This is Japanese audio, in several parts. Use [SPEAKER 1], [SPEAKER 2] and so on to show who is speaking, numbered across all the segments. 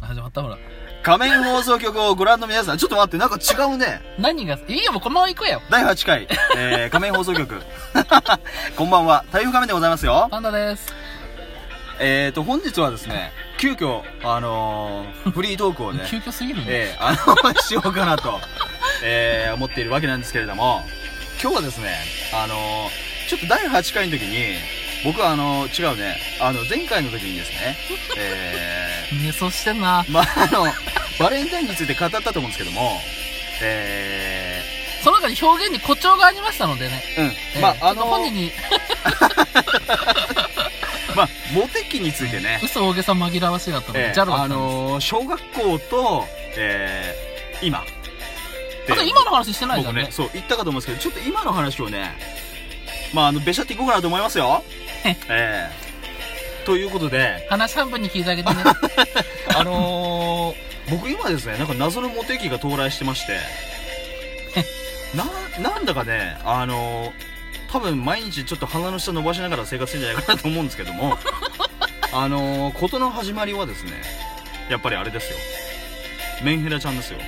[SPEAKER 1] またほら。
[SPEAKER 2] 仮面放送局をご覧の皆さん、ちょっと待って、なんか違うね。
[SPEAKER 1] 何が、いいよ、もうこのまま行くよ。
[SPEAKER 2] 第8回、えー、仮面放送局。 こんばんは、台風仮面でございますよ。
[SPEAKER 1] パンダです。
[SPEAKER 2] えーと、本日はですね、急遽、あのー、フリートークをね、
[SPEAKER 1] 急遽すぎるね。
[SPEAKER 2] えー、あの、しようかなと、えー、思っているわけなんですけれども、今日はですね、あのー、ちょっと第8回の時に、僕はあのー、違うね、あの、前回の時にですね、え
[SPEAKER 1] ね、そしてな。
[SPEAKER 2] ー、まあ、 あの、バレンタインについて語ったと思うんですけども、え
[SPEAKER 1] その中に表現に誇張がありましたのでね。
[SPEAKER 2] ー、うん、
[SPEAKER 1] えー
[SPEAKER 2] まあ、あ
[SPEAKER 1] ちょっと
[SPEAKER 2] の
[SPEAKER 1] 本人に
[SPEAKER 2] まあ、モテ期についてね、
[SPEAKER 1] 嘘大げさ紛らわしいだったの
[SPEAKER 2] え
[SPEAKER 1] で、
[SPEAKER 2] ー
[SPEAKER 1] ジャロだ
[SPEAKER 2] あ
[SPEAKER 1] ったんです。
[SPEAKER 2] のー、小学校と、えー、今。
[SPEAKER 1] あと今の話してないじゃ
[SPEAKER 2] 僕
[SPEAKER 1] ん
[SPEAKER 2] ね
[SPEAKER 1] ね。
[SPEAKER 2] そう言ったかと思うんですけどちょっと今の話をねまああのべしゃっていこうかなと思いますよええということで
[SPEAKER 1] 話半分に聞いてあげてね。
[SPEAKER 2] あのー、僕今ですねなんか謎のモテ期が到来してましてななんだかねあのー、多分毎日ちょっと鼻の下伸ばしながら生活してんじゃないかなと思うんですけどもあのー、事の始まりはですねやっぱりあれですよメンヘラちゃんですよ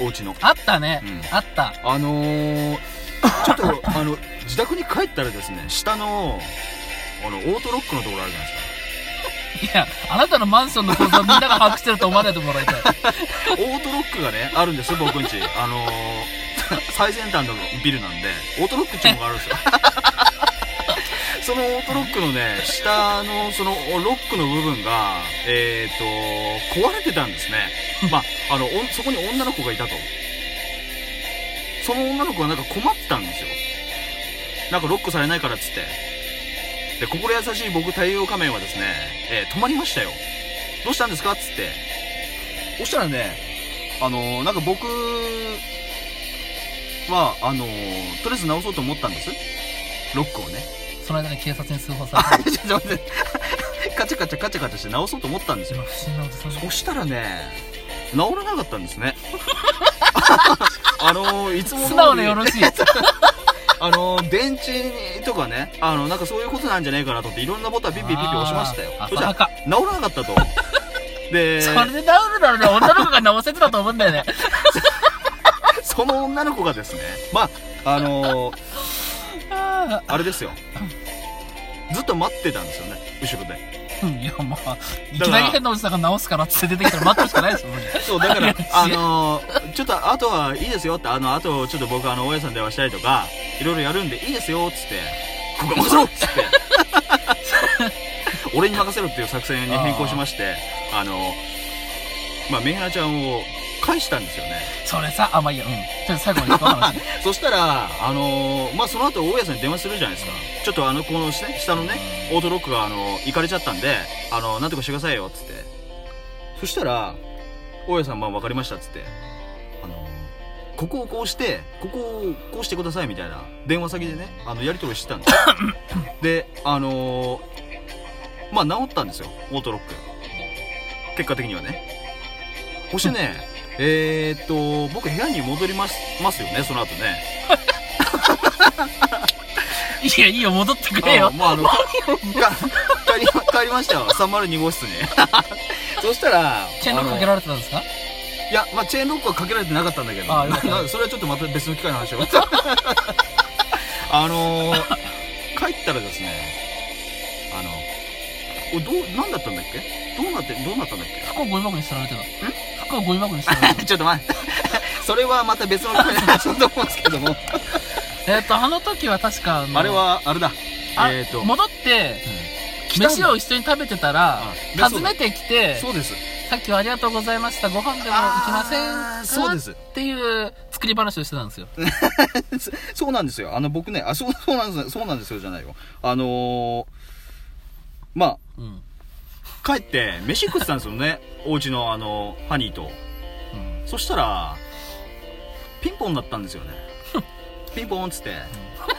[SPEAKER 2] お家の
[SPEAKER 1] あったね
[SPEAKER 2] うん。
[SPEAKER 1] あった。
[SPEAKER 2] あのー、ちょっとあの自宅に帰ったらですね下のあのオートロックのところあるじゃない
[SPEAKER 1] いや、あなたのマンションの構造をみんなが把握してると思わないでもらいたい。
[SPEAKER 2] ですかオートロックがねあるんですよ僕んちあのー、 最先端のビルなんでオートロックっていうのがあるんですよ そのオートロックのね下のそのロックの部分がえっ、と壊れてたんですねまああのおそこに女の子がいたとその女の子がなんか困ってたんですよなんかロックされないからっつってで心優しい僕太陽仮面はですね、えー止まりましたよどうしたんですかっつってそしたらねあのーなんか僕はあのーとりあえず直そうと思ったんですロックをね
[SPEAKER 1] その間に警察に通報さ
[SPEAKER 2] あ
[SPEAKER 1] れ
[SPEAKER 2] ちょっと待って カチャカチャカチャカチャして直そうと思ったんです
[SPEAKER 1] た。
[SPEAKER 2] よ
[SPEAKER 1] 今、不審なおじさんが
[SPEAKER 2] そしたらね直らなかったんですね あのーいつも通り
[SPEAKER 1] 素直でよろしい。
[SPEAKER 2] あのー電池とかねあのなんかそういうことなんじゃないかなと思っていろんなボタンピッピッピッピ押しましたよ
[SPEAKER 1] あー
[SPEAKER 2] そしたら
[SPEAKER 1] 浅はか
[SPEAKER 2] 直らなかったと で
[SPEAKER 1] それで治るならね、女の子が直せてたと思うんだよね。
[SPEAKER 2] その女の子がですねまああのー
[SPEAKER 1] あ
[SPEAKER 2] あれですよずっと待ってたんですよね後ろで
[SPEAKER 1] ーうんいや、まあ、いきなり変なおじさんが直すからっつって出てきたら待ってるしかないでしょ、もうね
[SPEAKER 2] そうだか
[SPEAKER 1] いや
[SPEAKER 2] らあのーちょっとあとはいいですよってあのあとちょっと僕あの大家さん電話したりとかいろいろやるんでいいですよっつってここ任せろっつって 俺に任せろっていう作戦に変更しましてあのーまあメンヘラちゃんを返したんですよね
[SPEAKER 1] それさ、あ、まあいいや、うん。ちょっと最後まで行こう話。
[SPEAKER 2] そしたら、あのーまあ、その後、大家さんに電話するじゃないですか。ちょっとあの、この下下のね、オートロックが、あのー、行かれちゃったんで、あのーなんとかしてくださいよ、つって。そしたら、大家さん、まあ、わかりました、つって。あのーここをこうして、ここをこうしてください、みたいな、電話先でね、あの、やり取りしてたんですよで、あのーまあ、治ったんですよ、オートロック。結果的にはね。そしてね、えー、っと、僕部屋に戻ります、ますよね、その後ね。
[SPEAKER 1] いや、いいよ、戻ってくれ
[SPEAKER 2] あ
[SPEAKER 1] よ。
[SPEAKER 2] まあ、あの、か 帰り、帰りましたよ。302号室に。 そしたら、
[SPEAKER 1] チェーンロックかけ
[SPEAKER 2] あ
[SPEAKER 1] られてたんですか
[SPEAKER 2] のいや、まあ、チェーンロックはかけられてなかったんだけど、
[SPEAKER 1] あよかった
[SPEAKER 2] なそれはちょっとまた別の機会の話を。 あのー、帰ったらですね、あの、おどう、なんだったんだっけどうなって、どうなったんだっ
[SPEAKER 1] 服をゴミ箱に捨てられてた。服をゴミ箱に捨てられて
[SPEAKER 2] け ちょっと待って。それはまた別の機会の話だと思うんですけども、
[SPEAKER 1] た。えっと、あの時は確か、の
[SPEAKER 2] あれ、は、あれだ。
[SPEAKER 1] あ
[SPEAKER 2] えー、と、
[SPEAKER 1] 戻って、
[SPEAKER 2] 来たんだ
[SPEAKER 1] 飯を一緒に食べてたら
[SPEAKER 2] う、ん
[SPEAKER 1] 訪ねてきて、
[SPEAKER 2] そうです。
[SPEAKER 1] さっきはありがとうございました、ご飯でも行きません
[SPEAKER 2] あー
[SPEAKER 1] か
[SPEAKER 2] そうです
[SPEAKER 1] っ ていう作り話をしてたんですよ。
[SPEAKER 2] そそうなんですよ。あの、僕ね、あ、そう、 そうなんです、そうなんですよ、じゃないよ。あのー、ま
[SPEAKER 1] うん。うん
[SPEAKER 2] あ、帰って、飯食ってたんですよ ね。お家の、あの、ハニーと。そしたら、ピンポンだったんで すよね。ピンポンっつって、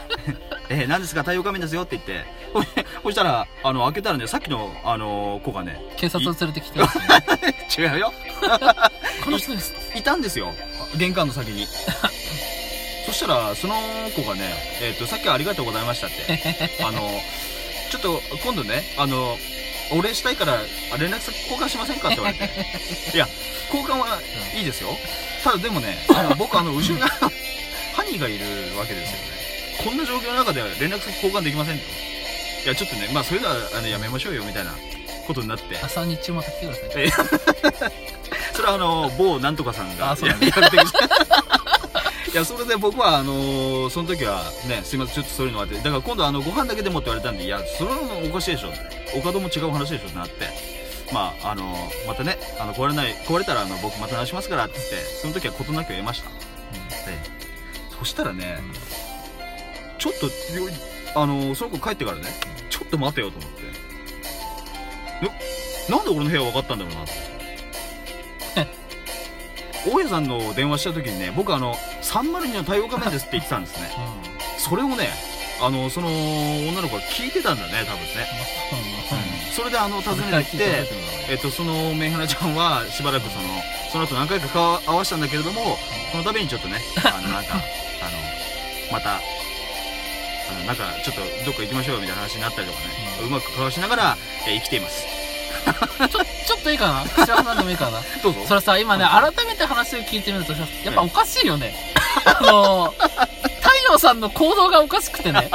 [SPEAKER 2] えー、何ですか太陽仮面ですよって言って、ほいそしたら、あの、開けたらね、さっきの、あの、子がね、
[SPEAKER 1] 警察を連れてきて、
[SPEAKER 2] 違うよ。
[SPEAKER 1] この人 です。
[SPEAKER 2] いたんですよ玄関の先にそしたらその子がね、えっと「さっきはありがとうございました」ってあのちょっと今度ねあのお礼したいからあ連絡先交換しませんかって言われていや交換はいいですよただでもねあの僕あの後ろに ハニーがいるわけですよねこんな状況の中で連絡先交換できませんといやちょっとねまあそれではあのやめましょうよみたいなことになって
[SPEAKER 1] 朝日中また来てください。
[SPEAKER 2] えそれはあの某なんとかさんが
[SPEAKER 1] あそうだね
[SPEAKER 2] いややってきて いやそれで僕はあのその時はねすいませんちょっとそういうのがあってだから今度あのご飯だけでもって言われたんでいやそれはおかしいでしょってお門も違う話でしょってなってまああのまたねあの壊れない壊れたらあの僕また直しますからって言ってその時は事なきを得ました、でそしたらね、ちょっとよあのその子帰ってからねちょっと待てよと思ってななんで俺の部屋分かったんだろうなって 大家さんの電話した時にね僕あの302の対応画面ですって言ってたんですね
[SPEAKER 1] うん。
[SPEAKER 2] それをねあのその女の子が聞いてたんだね多分ね、それであの訪ねてきてえっと、そのメンヘラちゃんは しばらくそのその後何回か顔合わせたんだけれどもその度にちょっ とねあのなんかあのまたあのなんかちょっとどっか行きましょうよみたいな話になったりとかね、うまく交わしながら、えー生きています
[SPEAKER 1] ちょっといいかな白浜でもいいかな
[SPEAKER 2] どうぞ
[SPEAKER 1] それさ、今ね、改めて話を聞いてみるとさ、やっぱおかしいよね。あの、太陽さんの行動がおかしくてね。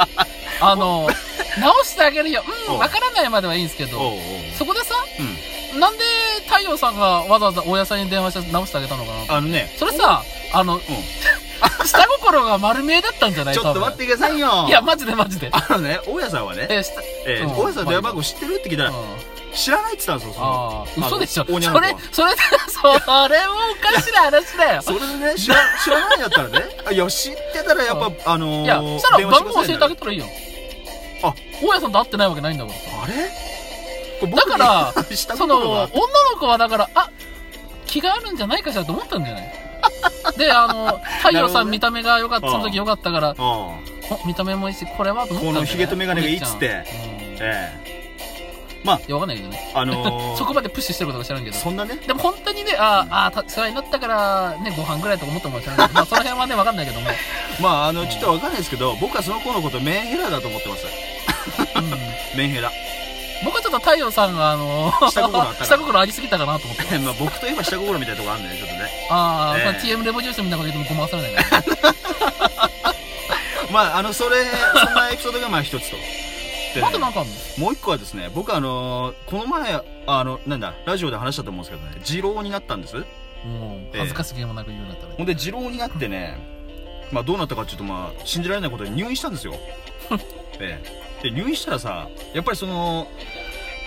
[SPEAKER 1] あの、直してあげるよ。う
[SPEAKER 2] お
[SPEAKER 1] ん、
[SPEAKER 2] う
[SPEAKER 1] わからないまではいいんですけど、
[SPEAKER 2] おうおう
[SPEAKER 1] そこでさ、
[SPEAKER 2] うん
[SPEAKER 1] なんで太陽さんがわざわざ大家さんに電話して直してあげたのかな
[SPEAKER 2] あのね
[SPEAKER 1] それさ、あの、下心が丸見えだったんじゃない
[SPEAKER 2] ちょっと待ってくださいよ
[SPEAKER 1] 多分いや、マジでマジで。
[SPEAKER 2] あのね大家さんはね、
[SPEAKER 1] え、下、
[SPEAKER 2] えー
[SPEAKER 1] うん
[SPEAKER 2] 大家さんの電話番号知ってるって聞いた
[SPEAKER 1] う
[SPEAKER 2] ら
[SPEAKER 1] ん
[SPEAKER 2] 知らないって言ったんですよ
[SPEAKER 1] あ
[SPEAKER 2] そ
[SPEAKER 1] あ、
[SPEAKER 2] の
[SPEAKER 1] 嘘でしょ。
[SPEAKER 2] あ
[SPEAKER 1] そ
[SPEAKER 2] の
[SPEAKER 1] れ、
[SPEAKER 2] 大家
[SPEAKER 1] そ
[SPEAKER 2] の子
[SPEAKER 1] れ
[SPEAKER 2] は、
[SPEAKER 1] それもおかしな話だよ。
[SPEAKER 2] それでね知ら知らないんだったらねあいや知ってたらやっぱあのー、
[SPEAKER 1] いや、そしたら
[SPEAKER 2] 電話し
[SPEAKER 1] 番
[SPEAKER 2] くだ
[SPEAKER 1] 号教
[SPEAKER 2] さい
[SPEAKER 1] え
[SPEAKER 2] ね
[SPEAKER 1] てあげたらいいよ。
[SPEAKER 2] あ、
[SPEAKER 1] 大家さんと会ってないわけないんだか
[SPEAKER 2] あれこれ僕
[SPEAKER 1] だか ら
[SPEAKER 2] にした
[SPEAKER 1] ら。
[SPEAKER 2] こ
[SPEAKER 1] そ
[SPEAKER 2] と
[SPEAKER 1] の、
[SPEAKER 2] があ
[SPEAKER 1] 女
[SPEAKER 2] っ
[SPEAKER 1] の子はだから、あ、気があるんじゃないかしらと思ったんじゃないで、あ の、太陽さん見た目が良かった、その時良かったから、
[SPEAKER 2] ああ
[SPEAKER 1] お見た目もいいし、これはと思ったんだよね
[SPEAKER 2] このヒゲとメガネがいいっつって
[SPEAKER 1] お兄ちゃんうん
[SPEAKER 2] え
[SPEAKER 1] いや、わかんないけどね。
[SPEAKER 2] えあのー、
[SPEAKER 1] そこまでプッシュしてることか知らんけど。
[SPEAKER 2] そんなね
[SPEAKER 1] でも本当にね、あーあー、た世話になったから、ね、ご飯ぐらいとか思ったもん知らんけど、まあその辺はね、わかんないけども。
[SPEAKER 2] まああのちょっとわかんないですけど僕はその子のことメンヘラだと思ってます
[SPEAKER 1] うん
[SPEAKER 2] メンヘラ
[SPEAKER 1] 僕はちょっと太陽さんが、あのー
[SPEAKER 2] 下心あったから
[SPEAKER 1] 下心ありすぎたかなと思って。
[SPEAKER 2] まあ僕といえば下心みたいなとこあるんだよねちょっとね
[SPEAKER 1] ああ、
[SPEAKER 2] ええ
[SPEAKER 1] まあ TM レボリューションみたいなこと言ってもごまかされないから。
[SPEAKER 2] まああのそれそんなエピソ ードがまあ一つとでね
[SPEAKER 1] あとなんかあんの
[SPEAKER 2] もう一個はですね僕あのーこの前あのなんだラジオで話したと思うんですけどね二郎になったんです
[SPEAKER 1] もう、恥ずかしげもなく言うなったら。
[SPEAKER 2] ほんで二郎になってね、まあ、どうなったかちょっとまあ信じられないことに入院したん ですよ、ええ、で入院したらさやっぱりその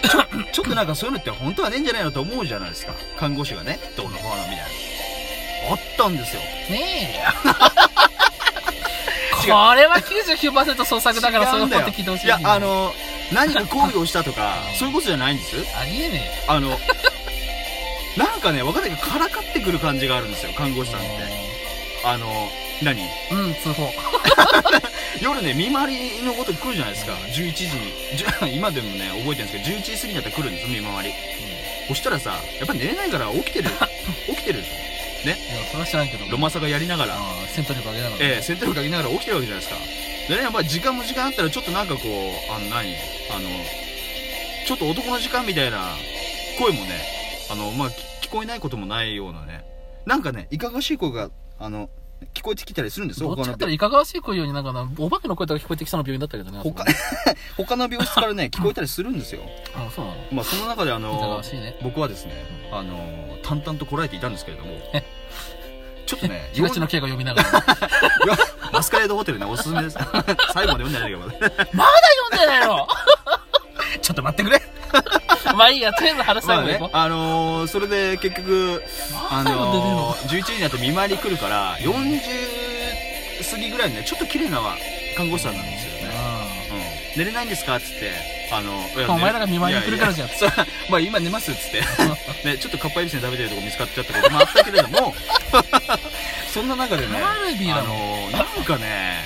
[SPEAKER 2] ちょちょっ となんかそういうのって本当はねえんじゃないのと思うじゃないですか看護師がねどうのこうのみたいなあったんですよ
[SPEAKER 1] ねえ。これは99%創作だから、そうい
[SPEAKER 2] 違うん
[SPEAKER 1] う
[SPEAKER 2] だ
[SPEAKER 1] こ
[SPEAKER 2] よ
[SPEAKER 1] と聞いてほしい。
[SPEAKER 2] いやあ、の何か行為をしたとか そういうことじゃないんです
[SPEAKER 1] ありえね
[SPEAKER 2] あのなんかね分かんないけどからかってくる感じがあるんですよ看護師さんって
[SPEAKER 1] え
[SPEAKER 2] あの何
[SPEAKER 1] よ。うん、通報。
[SPEAKER 2] 夜ね見回りのこと来るじゃないですか11時にじゅ 今でもね覚えてるんですけど11時過ぎになったら来るんです見回りそしたらさやっぱ寝れないから起きてる 起きてるでし
[SPEAKER 1] いや、それは知らんけど。
[SPEAKER 2] ょロマサがやりながら
[SPEAKER 1] ああ、戦闘力上げながら。
[SPEAKER 2] ええ洗濯かけながら起きてるわけじゃないですかでねやっぱり時間も時間あったらちょっとなんかこうあの何あのちょっと男の時間みたいな声もねあのまあき聞こえないこともないようなねなんかねいかがわしい声があの聞こえてきたりするんですよ
[SPEAKER 1] どっちか
[SPEAKER 2] 他
[SPEAKER 1] っ
[SPEAKER 2] の
[SPEAKER 1] ていうといかがわしい声よりなんかな、お化けの声とか聞こえてきそうな病院だったけどね。あそこ
[SPEAKER 2] 他他の病室か らね聞こえたりするんですよ
[SPEAKER 1] あ、そうなのい
[SPEAKER 2] まあ、その中であ
[SPEAKER 1] かが
[SPEAKER 2] の
[SPEAKER 1] わしいね。
[SPEAKER 2] 僕はですね、あの淡々とこらえていたんですけれどもちょっ とね
[SPEAKER 1] 東の
[SPEAKER 2] よ
[SPEAKER 1] 経が読みながら。まだ
[SPEAKER 2] んマスカレードホテルねおすすめです最後まで読んでないんだ け
[SPEAKER 1] 読
[SPEAKER 2] ど
[SPEAKER 1] んでない のちょっと待ってくれ。 まあいいや、とりあえず話し
[SPEAKER 2] ま
[SPEAKER 1] た
[SPEAKER 2] あ
[SPEAKER 1] い
[SPEAKER 2] ね
[SPEAKER 1] こう。
[SPEAKER 2] あのーそれで結局あ
[SPEAKER 1] まだ読んでねえ
[SPEAKER 2] の
[SPEAKER 1] の
[SPEAKER 2] ー、11時になって見回り来るから40過ぎぐらいのねちょっと綺麗な看護師さんなんですよね、うん、寝れないんですかっつってあのいや
[SPEAKER 1] お前らが見回りに来るから
[SPEAKER 2] いやいや
[SPEAKER 1] じゃん。
[SPEAKER 2] そうまあ今寝ます っつってね、ちょっとかっぱえびせん食べてるとこ見つかっちゃったこともあったけれ どもそんな中でね
[SPEAKER 1] カルビー
[SPEAKER 2] あ
[SPEAKER 1] な
[SPEAKER 2] の
[SPEAKER 1] の
[SPEAKER 2] ーなんかね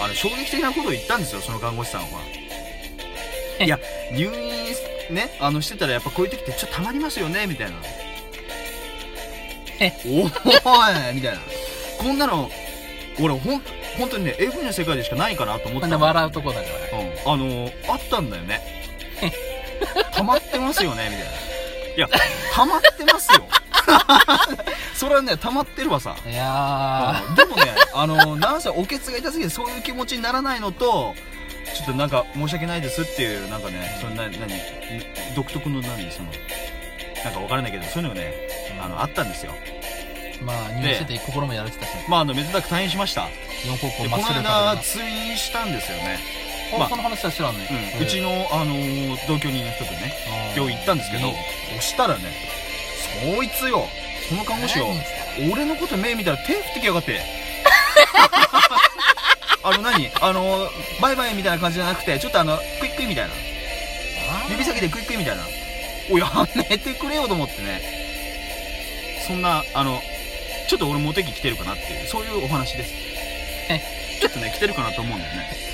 [SPEAKER 2] あの衝撃的なことを言ったんですよその看護師さんはいや入院ねあのしてたらやっぱこういう時ってちょっとたまりますよねみたいな
[SPEAKER 1] え
[SPEAKER 2] おーいみたいなこんなの俺ほん本当にね AV の世界でしかないかなと思
[SPEAKER 1] こ
[SPEAKER 2] って
[SPEAKER 1] んな
[SPEAKER 2] たの
[SPEAKER 1] 笑うとこだから。
[SPEAKER 2] うん、あのーあったんだよねハマってますよね、みたい な。いや、ハマってますよ。 それはね、溜まってるわさ。
[SPEAKER 1] いや
[SPEAKER 2] うんでもね、 あの、なんせおけつが痛すぎてそういう気持ちにならないのと、ちょっとなんか申し訳ないですっていう、なんかね、そんな、何、独特の何、その、なんかわからないけど、そういうのがね、あの、あったんですよ。
[SPEAKER 1] ー、まあ、入院してて心もやられてたし、
[SPEAKER 2] まあ、あの、めでたく退院しました。
[SPEAKER 1] 4高校
[SPEAKER 2] で、
[SPEAKER 1] マ
[SPEAKER 2] こ
[SPEAKER 1] ッ
[SPEAKER 2] の
[SPEAKER 1] スル
[SPEAKER 2] 間、
[SPEAKER 1] か
[SPEAKER 2] 通院したんですよね。
[SPEAKER 1] でな。
[SPEAKER 2] ま
[SPEAKER 1] あ、
[SPEAKER 2] あ
[SPEAKER 1] その話は知らんね。
[SPEAKER 2] うん。うちの、あのー、同居人の人とね、病院行ったんですけど、そしたらね、そいつよ、その看護師よ、俺のこと目見たら手振ってきやがって。あの何あの、バイバイみたいな感じじゃなくて、ちょっとあの、クイックイみたいな。指先でクイックイみたいな。おい、やめてくれよと思ってね。そんな、あの、ちょっと俺モテ期来てるかなっていう、そういうお話です。ちょっとね、来てるかなと思うんだよね。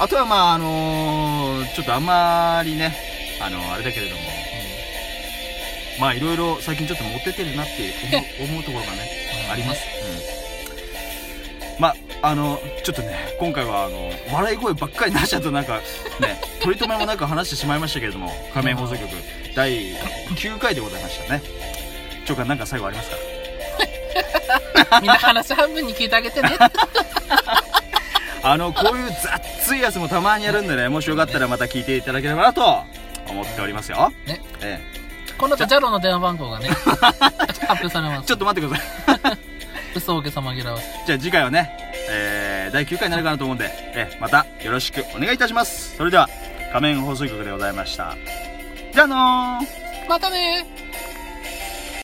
[SPEAKER 2] あとはまあ、あのーちょっとあんまりね、あのあれだけれども、まあいろいろ最近ちょっとモテてるなって思う思うところがね、あります。。うん。まあ、あの、ちょっとね、今回は、あの、笑い声ばっかりなしちゃうとなんか、 ね、取り留めもなく話してしまいましたけれども、仮面放送局、第9回でございましたね。長官、なんか最後ありますか
[SPEAKER 1] みんな話半分に聞いてあげ てね。
[SPEAKER 2] あの、こういう雑いやつもたまにやるんでね、もしよかったらまた聞いていただければなと、思っておりますよ。
[SPEAKER 1] ね
[SPEAKER 2] え
[SPEAKER 1] この後、ジャロの電話番号 がね、発表されま
[SPEAKER 2] え。
[SPEAKER 1] す。
[SPEAKER 2] ちょっと待ってください。
[SPEAKER 1] 嘘おけさ紛らわせ。
[SPEAKER 2] じゃあ次回はね、えー、第9回になるかなと思うんで、えーまたよろしくお願いいたします。それでは、仮面放送局でございました。じゃあのー
[SPEAKER 1] またねー